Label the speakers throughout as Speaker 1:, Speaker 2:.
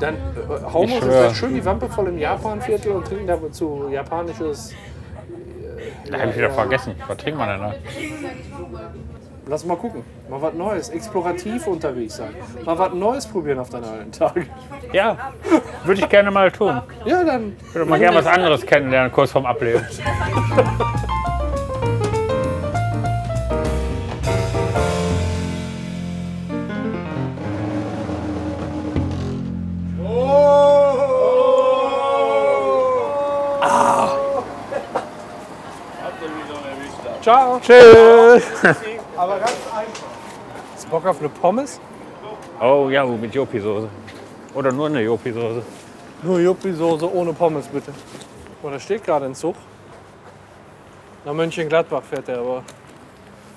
Speaker 1: Dann äh, hauen wir uns
Speaker 2: schwör.
Speaker 1: jetzt schön die Wampe voll im Japanviertel und trinken dazu japanisches. äh,
Speaker 2: Da habe ich wieder vergessen. Was trinken wir denn da?
Speaker 1: Lass mal gucken. Mal was Neues. Explorativ unterwegs sein. Mal was Neues probieren auf deinen alten Tagen.
Speaker 2: Ja, würde ich gerne mal tun.
Speaker 1: Ja, dann.
Speaker 2: Ich würde mal gerne was anderes kennenlernen, kurz vorm Ableben.
Speaker 1: Ciao.
Speaker 2: Tschüss.
Speaker 1: Aber ganz einfach. Hast Bock auf eine Pommes?
Speaker 2: Oh ja, mit Jopi-Soße. Oder nur eine Jopi-Soße.
Speaker 1: Nur Juppie-Soße ohne Pommes, bitte. Boah, der steht gerade in Zug. Nach Mönchengladbach fährt er, aber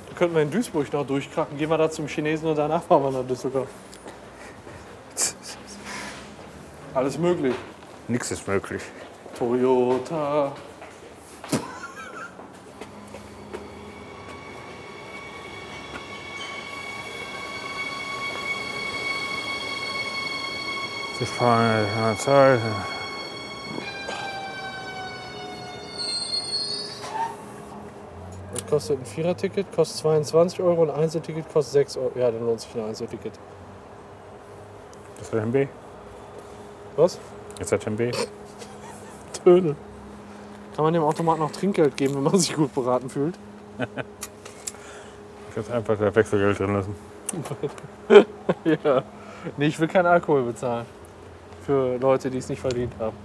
Speaker 1: da könnten wir in Duisburg noch durchkracken. Gehen wir da zum Chinesen und danach fahren wir nach Düsseldorf. Alles möglich.
Speaker 2: Nix ist möglich.
Speaker 1: Toyota.
Speaker 2: Sie fahren nicht mehr Zeit.
Speaker 1: Das kostet ein Viererticket, kostet 22 Euro, ein Einzelticket kostet 6 Euro. Ja, dann lohnt sich ein Einzelticket.
Speaker 2: Ist das MB?
Speaker 1: Was?
Speaker 2: Ist das MB?
Speaker 1: Töne. Kann man dem Automaten auch Trinkgeld geben, wenn man sich gut beraten fühlt?
Speaker 2: Ich kann einfach das Wechselgeld drin lassen.
Speaker 1: Ja. Nee, ich will keinen Alkohol bezahlen. Für Leute, die es nicht verdient haben.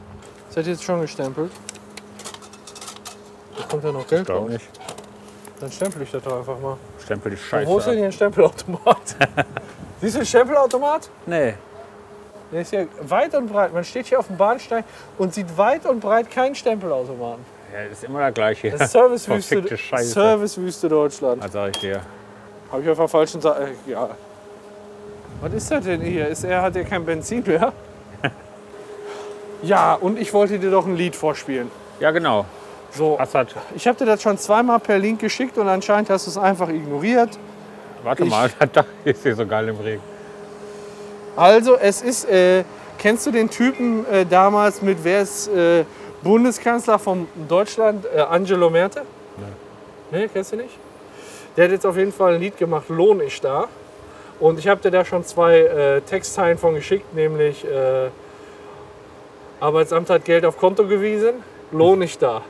Speaker 1: Seid ihr jetzt schon gestempelt? Da kommt ja noch Geld
Speaker 2: Glaube
Speaker 1: raus.
Speaker 2: nicht.
Speaker 1: Dann stempel ich das doch einfach mal.
Speaker 2: Stempel
Speaker 1: Wo holst du
Speaker 2: die
Speaker 1: denn
Speaker 2: Scheiße.
Speaker 1: hier einen Stempelautomat? Siehst du den Stempelautomat?
Speaker 2: ab. Nee.
Speaker 1: Der ist hier weit und breit. Man steht hier auf dem Bahnsteig und sieht weit und breit keinen Stempelautomaten.
Speaker 2: Ja, das ist immer das Gleiche.
Speaker 1: Das ist Servicewüste,
Speaker 2: Verfickte Scheiße.
Speaker 1: Servicewüste Deutschland.
Speaker 2: Was sag ich dir?
Speaker 1: Habe ich auf der falschen Seite. äh, Ja. Was ist das denn hier? Ist er, hat er kein Benzin mehr? ja, und ich wollte dir doch ein Lied vorspielen.
Speaker 2: Ja, genau.
Speaker 1: So,
Speaker 2: Assad,
Speaker 1: ich habe dir das schon zweimal per Link geschickt und anscheinend hast du es einfach ignoriert.
Speaker 2: warte
Speaker 1: Ich-
Speaker 2: mal, da ist hier so geil im Regen.
Speaker 1: Also, es ist. Äh, kennst du den Typen äh, damals mit wer ist äh, Bundeskanzler von Deutschland? Äh, Angelo Merte? Nein. Nee, kennst du nicht? Der hat jetzt auf jeden Fall ein Lied gemacht, Lohn ich da. Und ich habe dir da schon zwei äh, Textzeilen von geschickt, nämlich äh, Arbeitsamt hat Geld auf Konto gewiesen, Lohn ich da.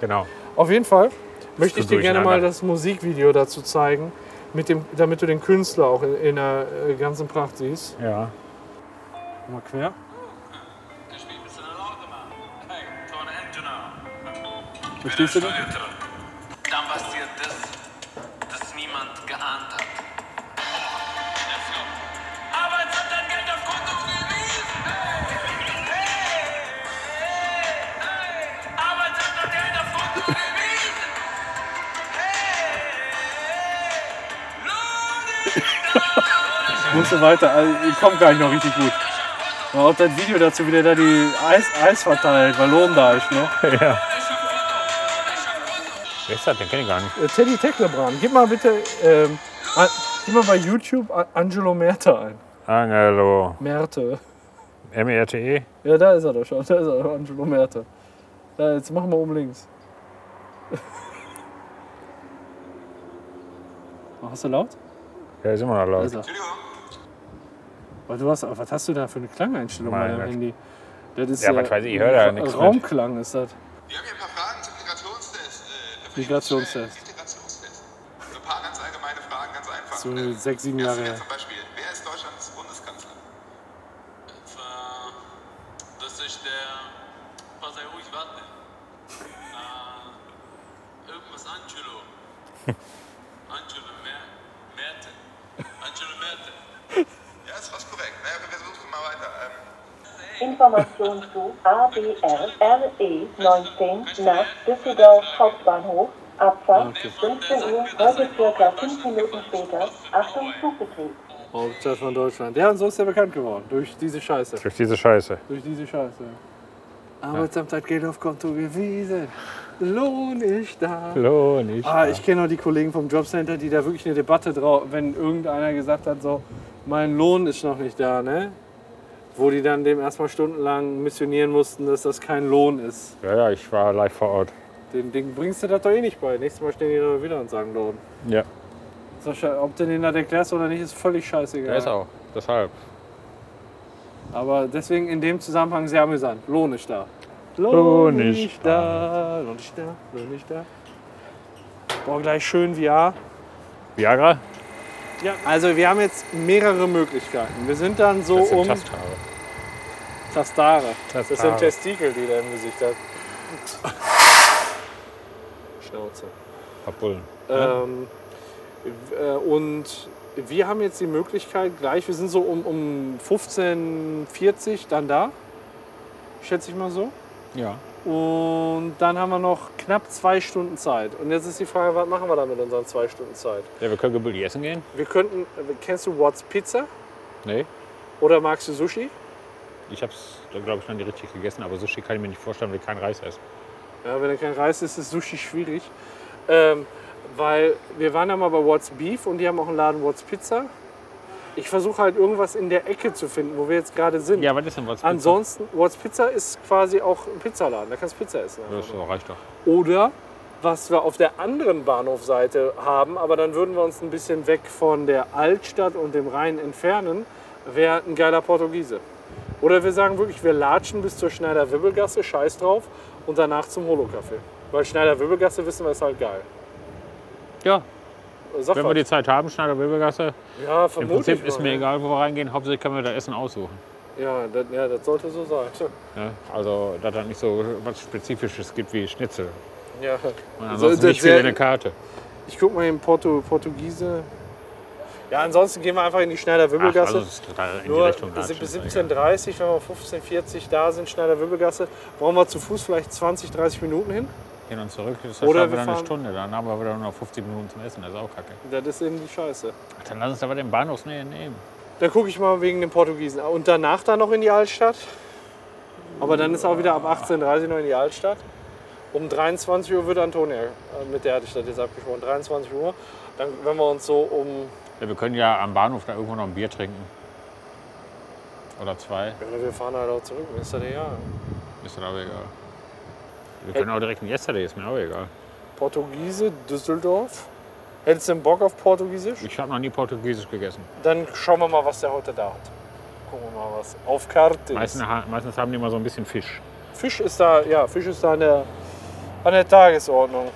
Speaker 2: Genau.
Speaker 1: Auf jeden Fall möchte ich
Speaker 2: du
Speaker 1: dir gerne mal
Speaker 2: durcheinander.
Speaker 1: das Musikvideo dazu zeigen, mit dem, damit du den Künstler auch in, in der äh, ganzen Pracht siehst.
Speaker 2: Ja.
Speaker 1: Mal quer. Verstehst du das?
Speaker 3: Dann passiert das, das niemand geahnt hat. Aber es hat dein Geld auf Konto gewiesen! Hey! Hey! Hey! Aber es hat dein Geld auf Konto gewiesen! Hey! Lohne!
Speaker 1: Musst du weiter, also, ich komm gar nicht noch richtig gut. Man hat das Video dazu, wie der da die Eis, Eis verteilt, weil Lohn da ist, ne?
Speaker 2: Wer ist das denn? Kenn ich gar nicht.
Speaker 1: Äh, Teddy Tecklebrand, gib mal bitte, ähm, an, gib mal bei YouTube A- Angelo Merte ein.
Speaker 2: Angelo.
Speaker 1: Merte.
Speaker 2: E M-E-R-T-E?
Speaker 1: Ja, da ist er doch schon, da ist er, Angelo Merte. Ja, jetzt machen wir um links. Machst du laut?
Speaker 2: Ja, ist immer noch laut.
Speaker 1: Ist er. Aber du hast, was hast du da für eine Klangeinstellung bei
Speaker 2: Mein
Speaker 1: deinem
Speaker 2: Gott.
Speaker 1: Handy? Das ist
Speaker 2: Ja, was weiß ich, ich höre da ja nichts mit.
Speaker 1: Raumklang ist das.
Speaker 4: Wir haben hier ein paar Fragen zum Migrationstest. Äh,
Speaker 1: Migrationstest.
Speaker 4: Integrationstest. So ein paar ganz allgemeine Fragen, ganz einfach.
Speaker 1: So
Speaker 4: Äh,
Speaker 1: sechs, sieben
Speaker 4: erste
Speaker 1: Jahre
Speaker 4: wäre
Speaker 1: her.
Speaker 4: zum Beispiel, wer ist Deutschlands Bundeskanzler?
Speaker 3: Das ist Äh, der. Pass auf, ruhig warten. Äh, irgendwas Angelo. Angelo Mer Merten. Angelo Merten.
Speaker 4: Ja, ist fast korrekt. Naja, wir versuchen mal weiter. Ähm,
Speaker 5: Information zu ABR RE 19 E nach Düsseldorf Hauptbahnhof, Abfahrt 15 Uhr, heute circa 5 Minuten später, Achtung Zugbetrieb.
Speaker 1: Hauptstadt von Deutschland. Ja, und so ist er bekannt geworden. Durch diese Scheiße.
Speaker 2: Durch diese Scheiße.
Speaker 1: Durch diese Scheiße. Arbeitsamt hat Geld auf Konto gewiesen. Lohn ich da.
Speaker 2: Hallo, nicht.
Speaker 1: Ah, ich kenne auch die Kollegen vom Jobcenter, die da wirklich eine Debatte drauf, wenn irgendeiner gesagt hat, so, mein Lohn ist noch nicht da, ne? Wo die dann dem erstmal stundenlang missionieren mussten, dass das kein Lohn ist.
Speaker 2: Ja, ja, ich war live vor Ort.
Speaker 1: Dem Ding bringst du das doch eh nicht bei. Nächstes Mal stehen die da wieder und sagen Lohn.
Speaker 2: Ja.
Speaker 1: Ist doch schei- Ob du denen das erklärst oder nicht, ist völlig scheißegal.
Speaker 2: ja. ist auch. Deshalb.
Speaker 1: Aber deswegen in dem Zusammenhang sehr amüsant. Lohn ist da.
Speaker 2: Lohn ist
Speaker 1: da. Lohn ist da. Lohn ist da. Boah, gleich schön VR.
Speaker 2: Viagra?
Speaker 1: Also wir haben jetzt mehrere Möglichkeiten. Wir sind dann so
Speaker 2: Das sind
Speaker 1: um
Speaker 2: Tasthaare.
Speaker 1: Tastare.
Speaker 2: Tastare.
Speaker 1: Das sind Testikel, die der im Gesicht hat. Schnauze.
Speaker 2: Papullen.
Speaker 1: Ähm, w- äh, und wir haben jetzt die Möglichkeit gleich, wir sind so um, um 15.40 dann da, schätze ich mal so.
Speaker 2: Ja.
Speaker 1: Und dann haben wir noch knapp zwei Stunden Zeit. Und jetzt ist die Frage, was machen wir da mit unseren zwei Stunden Zeit?
Speaker 2: Ja, wir können gemütlich essen gehen.
Speaker 1: Wir könnten, kennst du What's Pizza
Speaker 2: Nee.
Speaker 1: oder magst du Sushi?
Speaker 2: Ich hab's, glaube ich, noch nicht richtig gegessen, aber Sushi kann ich mir nicht vorstellen, wenn ich keinen Reis esse.
Speaker 1: Ja, wenn er kein Reis ist, ist Sushi schwierig. Ähm, weil wir waren ja mal bei What's Beef und die haben auch einen Laden What's Pizza. Ich versuche halt irgendwas in der Ecke zu finden, wo wir jetzt gerade sind.
Speaker 2: Ja, was ist denn was?
Speaker 1: Ansonsten, What's Pizza ist quasi auch ein Pizzaladen, da kannst du Pizza essen.
Speaker 2: Das
Speaker 1: einfach.
Speaker 2: reicht doch.
Speaker 1: Oder was wir auf der anderen Bahnhofseite haben, aber dann würden wir uns ein bisschen weg von der Altstadt und dem Rhein entfernen, wäre ein geiler Portugiese. Oder wir sagen wirklich, wir latschen bis zur Schneider-Wibbelgasse, scheiß drauf, und danach zum Holo-Café. Weil Schneider-Wibbelgasse wissen wir ist halt geil.
Speaker 2: Ja,
Speaker 1: Sag
Speaker 2: wenn wir
Speaker 1: was.
Speaker 2: die Zeit haben, Schneider-Wilbergasse.
Speaker 1: ja,
Speaker 2: Im
Speaker 1: vermutlich.
Speaker 2: Prinzip ist mir egal, wo wir reingehen. Hauptsächlich können wir da Essen aussuchen.
Speaker 1: Ja das, ja, das sollte so sein.
Speaker 2: Ne? Also, dass da nicht so was Spezifisches gibt wie Schnitzel.
Speaker 1: Ja.
Speaker 2: Und
Speaker 1: Sollte
Speaker 2: ansonsten nicht viel
Speaker 1: sehr-
Speaker 2: in der Karte.
Speaker 1: Ich guck mal in Porto, Portugiese. Ja, ansonsten gehen wir einfach in die
Speaker 2: Ach, also,
Speaker 1: Schneider-Wibbelgasse.
Speaker 2: das ist total in die
Speaker 1: Nur
Speaker 2: Richtung.
Speaker 1: bis
Speaker 2: latschen, ist egal.
Speaker 1: 17.30 wenn wir um 15.40 da sind, Schneider-Wirbelgasse, brauchen wir zu Fuß vielleicht 20, 30 Minuten hin.
Speaker 2: Hin und zurück, das ist
Speaker 1: Oder
Speaker 2: Oder
Speaker 1: wir
Speaker 2: wieder eine
Speaker 1: fahren-
Speaker 2: Stunde. Dann haben wir wieder nur noch 50 Minuten zum Essen. Das ist auch kacke.
Speaker 1: Das ist eben die Scheiße.
Speaker 2: Ach, dann lass uns aber den Bahnhofsnähe nehmen.
Speaker 1: Dann gucke ich mal wegen dem Portugiesen. Und danach dann noch in die Altstadt. Aber dann ist auch wieder ab 18.30 noch in die Altstadt. Um 23 Uhr wird Antonia, äh, mit der hatte ich das jetzt abgesprochen, 23 Uhr. Dann, wenn wir uns so um,
Speaker 2: Ja, wir können ja am Bahnhof da irgendwo noch ein Bier trinken. Oder zwei.
Speaker 1: ja, wir fahren halt auch zurück, mir ist das egal.
Speaker 2: Ist dann auch egal. Wir können auch direkt ein Yesterday, ist mir auch egal.
Speaker 1: Portugiese, Düsseldorf. Hättest du denn Bock auf Portugiesisch?
Speaker 2: Ich habe noch nie Portugiesisch gegessen.
Speaker 1: Dann schauen wir mal, was der heute da hat. Gucken wir mal was. Auf Karte.
Speaker 2: Meistens, ha- meistens haben die immer so ein bisschen Fisch.
Speaker 1: Fisch ist da, ja, Fisch ist da an der, an der Tagesordnung.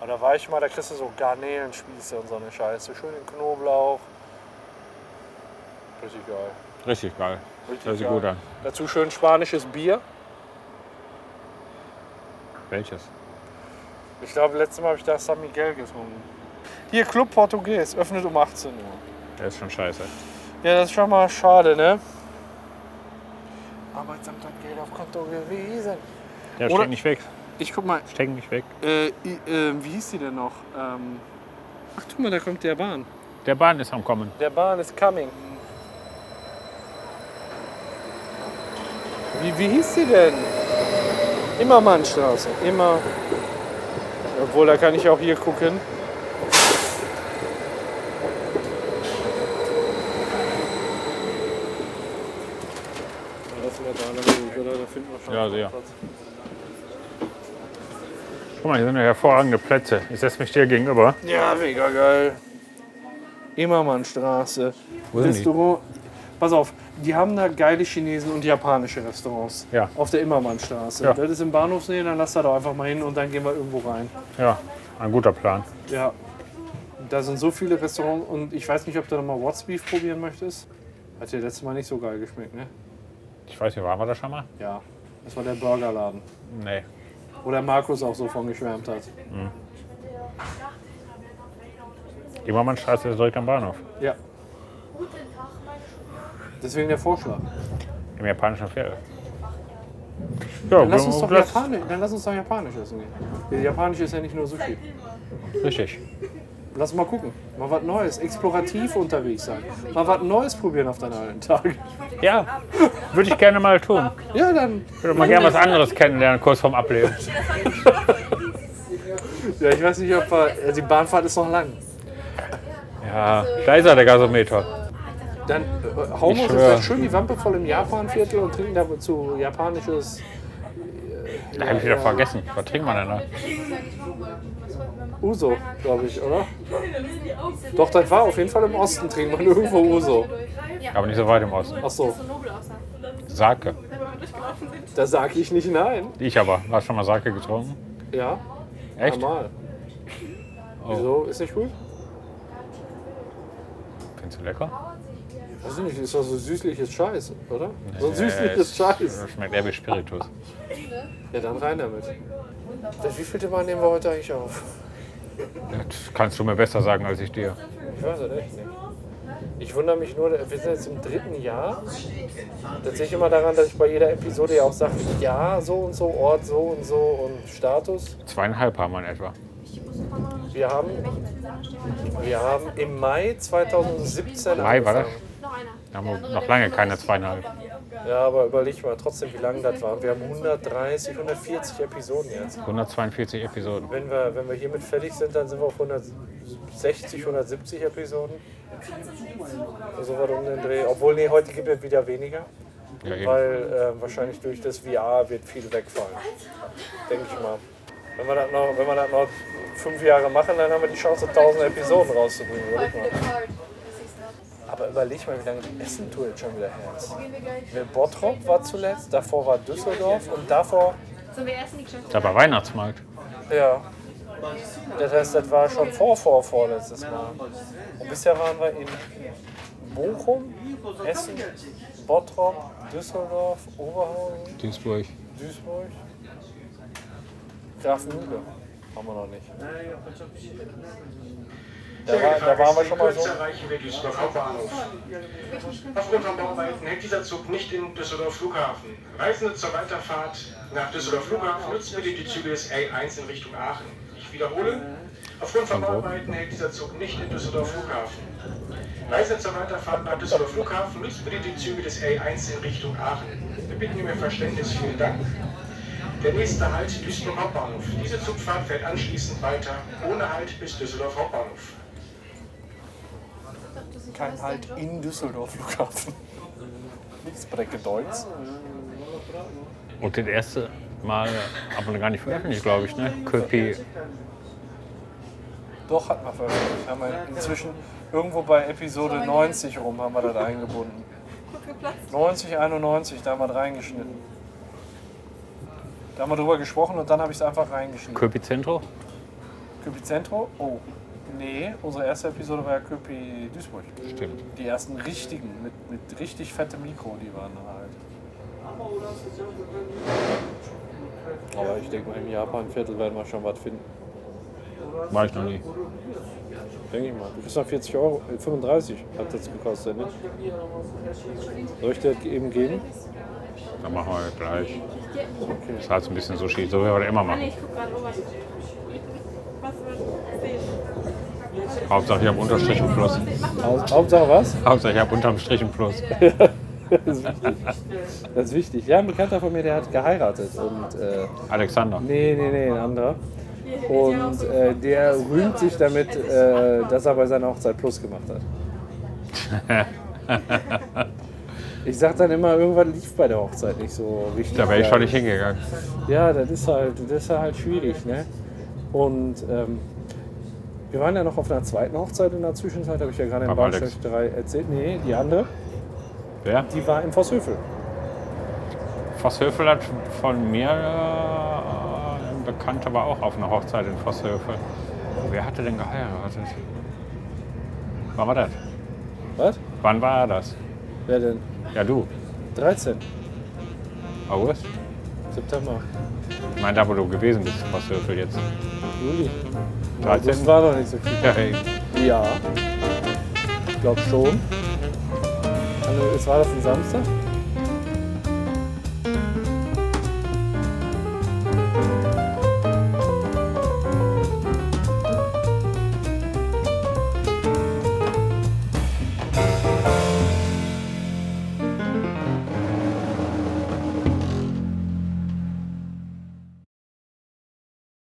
Speaker 1: Aber da war ich mal, da kriegst du so Garnelenspieße und so eine Scheiße. Schön in Knoblauch. Richtig geil.
Speaker 2: Richtig geil.
Speaker 1: Richtig
Speaker 2: Hört sich
Speaker 1: geil.
Speaker 2: gut an.
Speaker 1: Dazu schön spanisches Bier.
Speaker 2: Welches?
Speaker 1: Ich glaube, letztes Mal habe ich da San Miguel getrunken. Hier, Club Portugies, öffnet um 18 Uhr.
Speaker 2: Der ist schon scheiße.
Speaker 1: Ja, das ist schon mal schade, ne? Arbeitsamt hat Geld auf Konto gewiesen.
Speaker 2: Ja,
Speaker 1: Oder-
Speaker 2: steck nicht weg.
Speaker 1: Ich guck mal,
Speaker 2: Steck nicht weg.
Speaker 1: äh, i- äh, wie hieß die denn noch? Ähm, ach du mal, da kommt der Bahn.
Speaker 2: Der Bahn ist am Kommen.
Speaker 1: Der Bahn ist coming. Wie, wie hieß die denn? Immermannstraße. Immer. Obwohl, da kann ich auch hier gucken.
Speaker 2: Ja, sehr. Guck mal, hier sind ja hervorragende Plätze. Ich setze mich dir gegenüber.
Speaker 1: Ja, mega geil. Immermannstraße.
Speaker 2: Wo sind die?
Speaker 1: Restaurant. Pass auf, die haben da geile Chinesen und japanische Restaurants.
Speaker 2: Ja.
Speaker 1: Auf der Immermannstraße.
Speaker 2: Ja.
Speaker 1: Das ist im Bahnhofsnähe, dann lass da doch einfach mal hin und dann gehen wir irgendwo rein.
Speaker 2: Ja, ein guter Plan.
Speaker 1: Ja. Da sind so viele Restaurants und ich weiß nicht, ob du nochmal What's Beef probieren möchtest. Hat dir letztes Mal nicht so geil geschmeckt, ne?
Speaker 2: Ich weiß nicht, waren wir da schon mal?
Speaker 1: Ja. Das war der Burgerladen.
Speaker 2: Nee.
Speaker 1: Wo der Markus auch so von geschwärmt hat.
Speaker 2: Immermannstraße ist direkt am Bahnhof.
Speaker 1: Ja. Deswegen der Vorschlag.
Speaker 2: Im japanischen Viertel. Ja,
Speaker 1: Dann lass uns doch
Speaker 2: lass-
Speaker 1: Japanisch, dann lass uns doch Japanisch essen gehen. Japanisch ist ja nicht nur Sushi.
Speaker 2: Richtig.
Speaker 1: Lass mal gucken. Mal was Neues, explorativ unterwegs sein. Mal was Neues probieren auf deinen alten Tag.
Speaker 2: Ja, würde ich gerne mal tun.
Speaker 1: Ja, dann.
Speaker 2: Ich würde mal gerne was anderes kennenlernen, kurz vorm Ableben.
Speaker 1: Ja, ich weiß nicht, ob also wir, ja, die Bahnfahrt ist noch lang.
Speaker 2: Ja, da ist er, der Gasometer.
Speaker 1: Dann äh, hauen wir uns
Speaker 2: Ich
Speaker 1: jetzt
Speaker 2: schwör.
Speaker 1: gleich schön die Wampe voll im Japanviertel und trinken dazu japanisches.
Speaker 2: Da habe ich wieder vergessen. Was trinken wir denn da?
Speaker 1: Uso, glaube ich, oder? Doch, das war auf jeden Fall im Osten trinken man irgendwo Uso.
Speaker 2: Aber nicht so weit im Osten.
Speaker 1: Ach so,
Speaker 2: Sake.
Speaker 1: da sage ich nicht nein.
Speaker 2: Ich aber. Hast du schon mal Sake getrunken?
Speaker 1: Ja,
Speaker 2: Echt? Oh.
Speaker 1: normal. Wieso? Ist nicht gut?
Speaker 2: Findest du lecker?
Speaker 1: Weiß ich nicht, ist doch so süßliches Scheiß, oder? So ein
Speaker 2: es
Speaker 1: süßliches Scheiß.
Speaker 2: Schmeckt eher wie Spiritus.
Speaker 1: Ja, dann rein damit. Das, wie vielte Mal nehmen wir heute eigentlich auf?
Speaker 2: Das kannst du mir besser sagen als ich dir.
Speaker 1: Ich weiß es echt nicht. Ich wundere mich nur, wir sind jetzt im dritten Jahr. Das sehe ich immer daran, dass ich bei jeder Episode ja auch sage, ja, so und so, Ort so und so und Status.
Speaker 2: Zweieinhalb haben wir in etwa.
Speaker 1: Wir haben, wir haben im Mai 2017
Speaker 2: Mai war das?
Speaker 1: angefangen.
Speaker 2: Da haben wir noch lange keine zweieinhalb.
Speaker 1: Ja, aber überleg mal trotzdem, wie lange das war. Wir haben 130, 140 Episoden jetzt.
Speaker 2: 142 Episoden.
Speaker 1: Wenn wir, wenn wir hiermit fertig sind, dann sind wir auf 160, 170 Episoden. So war um den Dreh. Obwohl, nee, heute gibt es wieder weniger.
Speaker 2: Ja, eben.
Speaker 1: Weil äh, wahrscheinlich durch das VR wird viel wegfallen. Denke ich mal. Wenn wir, das noch, wenn wir das noch fünf Jahre machen, dann haben wir die Chance, 1000 Episoden rauszubringen. Überleg mal. Aber überleg mal, wie lange die Essen Tour jetzt schon wieder her ist. Wer Bottrop war zuletzt, davor war Düsseldorf und davor,
Speaker 2: Da war Weihnachtsmarkt.
Speaker 1: ja. Das heißt, das war schon vor, vor, vorletztes Mal. Und bisher waren wir in Bochum, Essen, Bottrop, Düsseldorf, Oberhausen.
Speaker 2: Duisburg.
Speaker 1: Duisburg. Grafenmühle haben wir noch nicht. Da, war, da waren wir schon mal so.
Speaker 6: erreichen wir Düsseldorf Hauptbahnhof. Aufgrund von Bauarbeiten hält dieser Zug nicht in Düsseldorf Flughafen. Reisende zur Weiterfahrt nach Düsseldorf Flughafen nutzen bitte die Züge des A1 in Richtung Aachen. Ich wiederhole, aufgrund von Bauarbeiten hält dieser Zug nicht in Düsseldorf Flughafen. Reisende zur Weiterfahrt nach Düsseldorf Flughafen nutzen bitte die Züge des A1 in Richtung Aachen. Wir bitten um Ihr Verständnis. Vielen Dank. Der nächste Halt Düsseldorf Hauptbahnhof. Diese Zugfahrt fährt anschließend weiter ohne Halt bis Düsseldorf Hauptbahnhof.
Speaker 1: Kein Halt in Düsseldorf Flughafen. Nichts Breckedeutz.
Speaker 2: Und das erste Mal haben wir gar nicht veröffentlicht, glaube ich, ne? Köpi.
Speaker 1: Doch, hat man veröffentlicht. Haben wir inzwischen irgendwo bei Episode 90 rum haben wir das eingebunden. 90, 91, da haben wir das reingeschnitten. Da haben wir drüber gesprochen und dann habe ich es einfach reingeschnitten.
Speaker 2: Köpi Zentro?
Speaker 1: Köpi-Zentro? Oh. Nee, unsere erste Episode war ja Köpi-Duisburg.
Speaker 2: Stimmt.
Speaker 1: Die ersten richtigen, mit, mit richtig fettem Mikro, die waren da halt. Aber ich denke mal, im Japan-Viertel werden wir schon was finden.
Speaker 2: War ich noch nie.
Speaker 1: Denke ich mal. Du bist noch 40 Euro, äh, 35 hat das gekostet, ne? Soll ich dir das eben geben?
Speaker 2: Dann machen wir das gleich. Das ist halt so ein bisschen Sushi, so wie wir das immer machen.
Speaker 7: Ich guck gerade Robert. Was wird sehen?
Speaker 2: Hauptsache ich habe Unterstrich und Plus.
Speaker 1: Hau- Hauptsache was?
Speaker 2: Hauptsache ich habe unterm Strich und Plus.
Speaker 1: Das ist wichtig. Das ist wichtig. Ja, ein Bekannter von mir, der hat geheiratet und äh,
Speaker 2: Alexander.
Speaker 1: Nee, nee, nee, ein anderer. Und äh, der rühmt sich damit, äh, dass er bei seiner Hochzeit Plus gemacht hat. Ich sag dann immer, irgendwann lief bei der Hochzeit nicht so richtig.
Speaker 2: Da wäre ich schon nicht hingegangen.
Speaker 1: Ja, das ist halt, das ist halt schwierig, ne? Und ähm, wir waren ja noch auf einer zweiten Hochzeit in der Zwischenzeit, habe ich ja gerade in
Speaker 2: Beim Alex.
Speaker 1: Bahnsteig 3 erzählt. Nee, die andere,
Speaker 2: Wer?
Speaker 1: die war in Vosshövel.
Speaker 2: Vosshöfel hat von mir, äh, ein Bekannter war auch auf einer Hochzeit in Vosshöfel. Wer hatte denn geheiratet? Wann war das?
Speaker 1: Was?
Speaker 2: Wann war das?
Speaker 1: Wer denn?
Speaker 2: Ja, du.
Speaker 1: 13.
Speaker 2: August?
Speaker 1: September.
Speaker 2: Ich meine, da wo du gewesen bist, Vosshöfel jetzt.
Speaker 1: Juli.
Speaker 2: 13?
Speaker 1: Das war noch nicht so viel.
Speaker 2: Ja, ey.
Speaker 1: Ja. Ich glaube schon. Also, Es war das ein Samstag?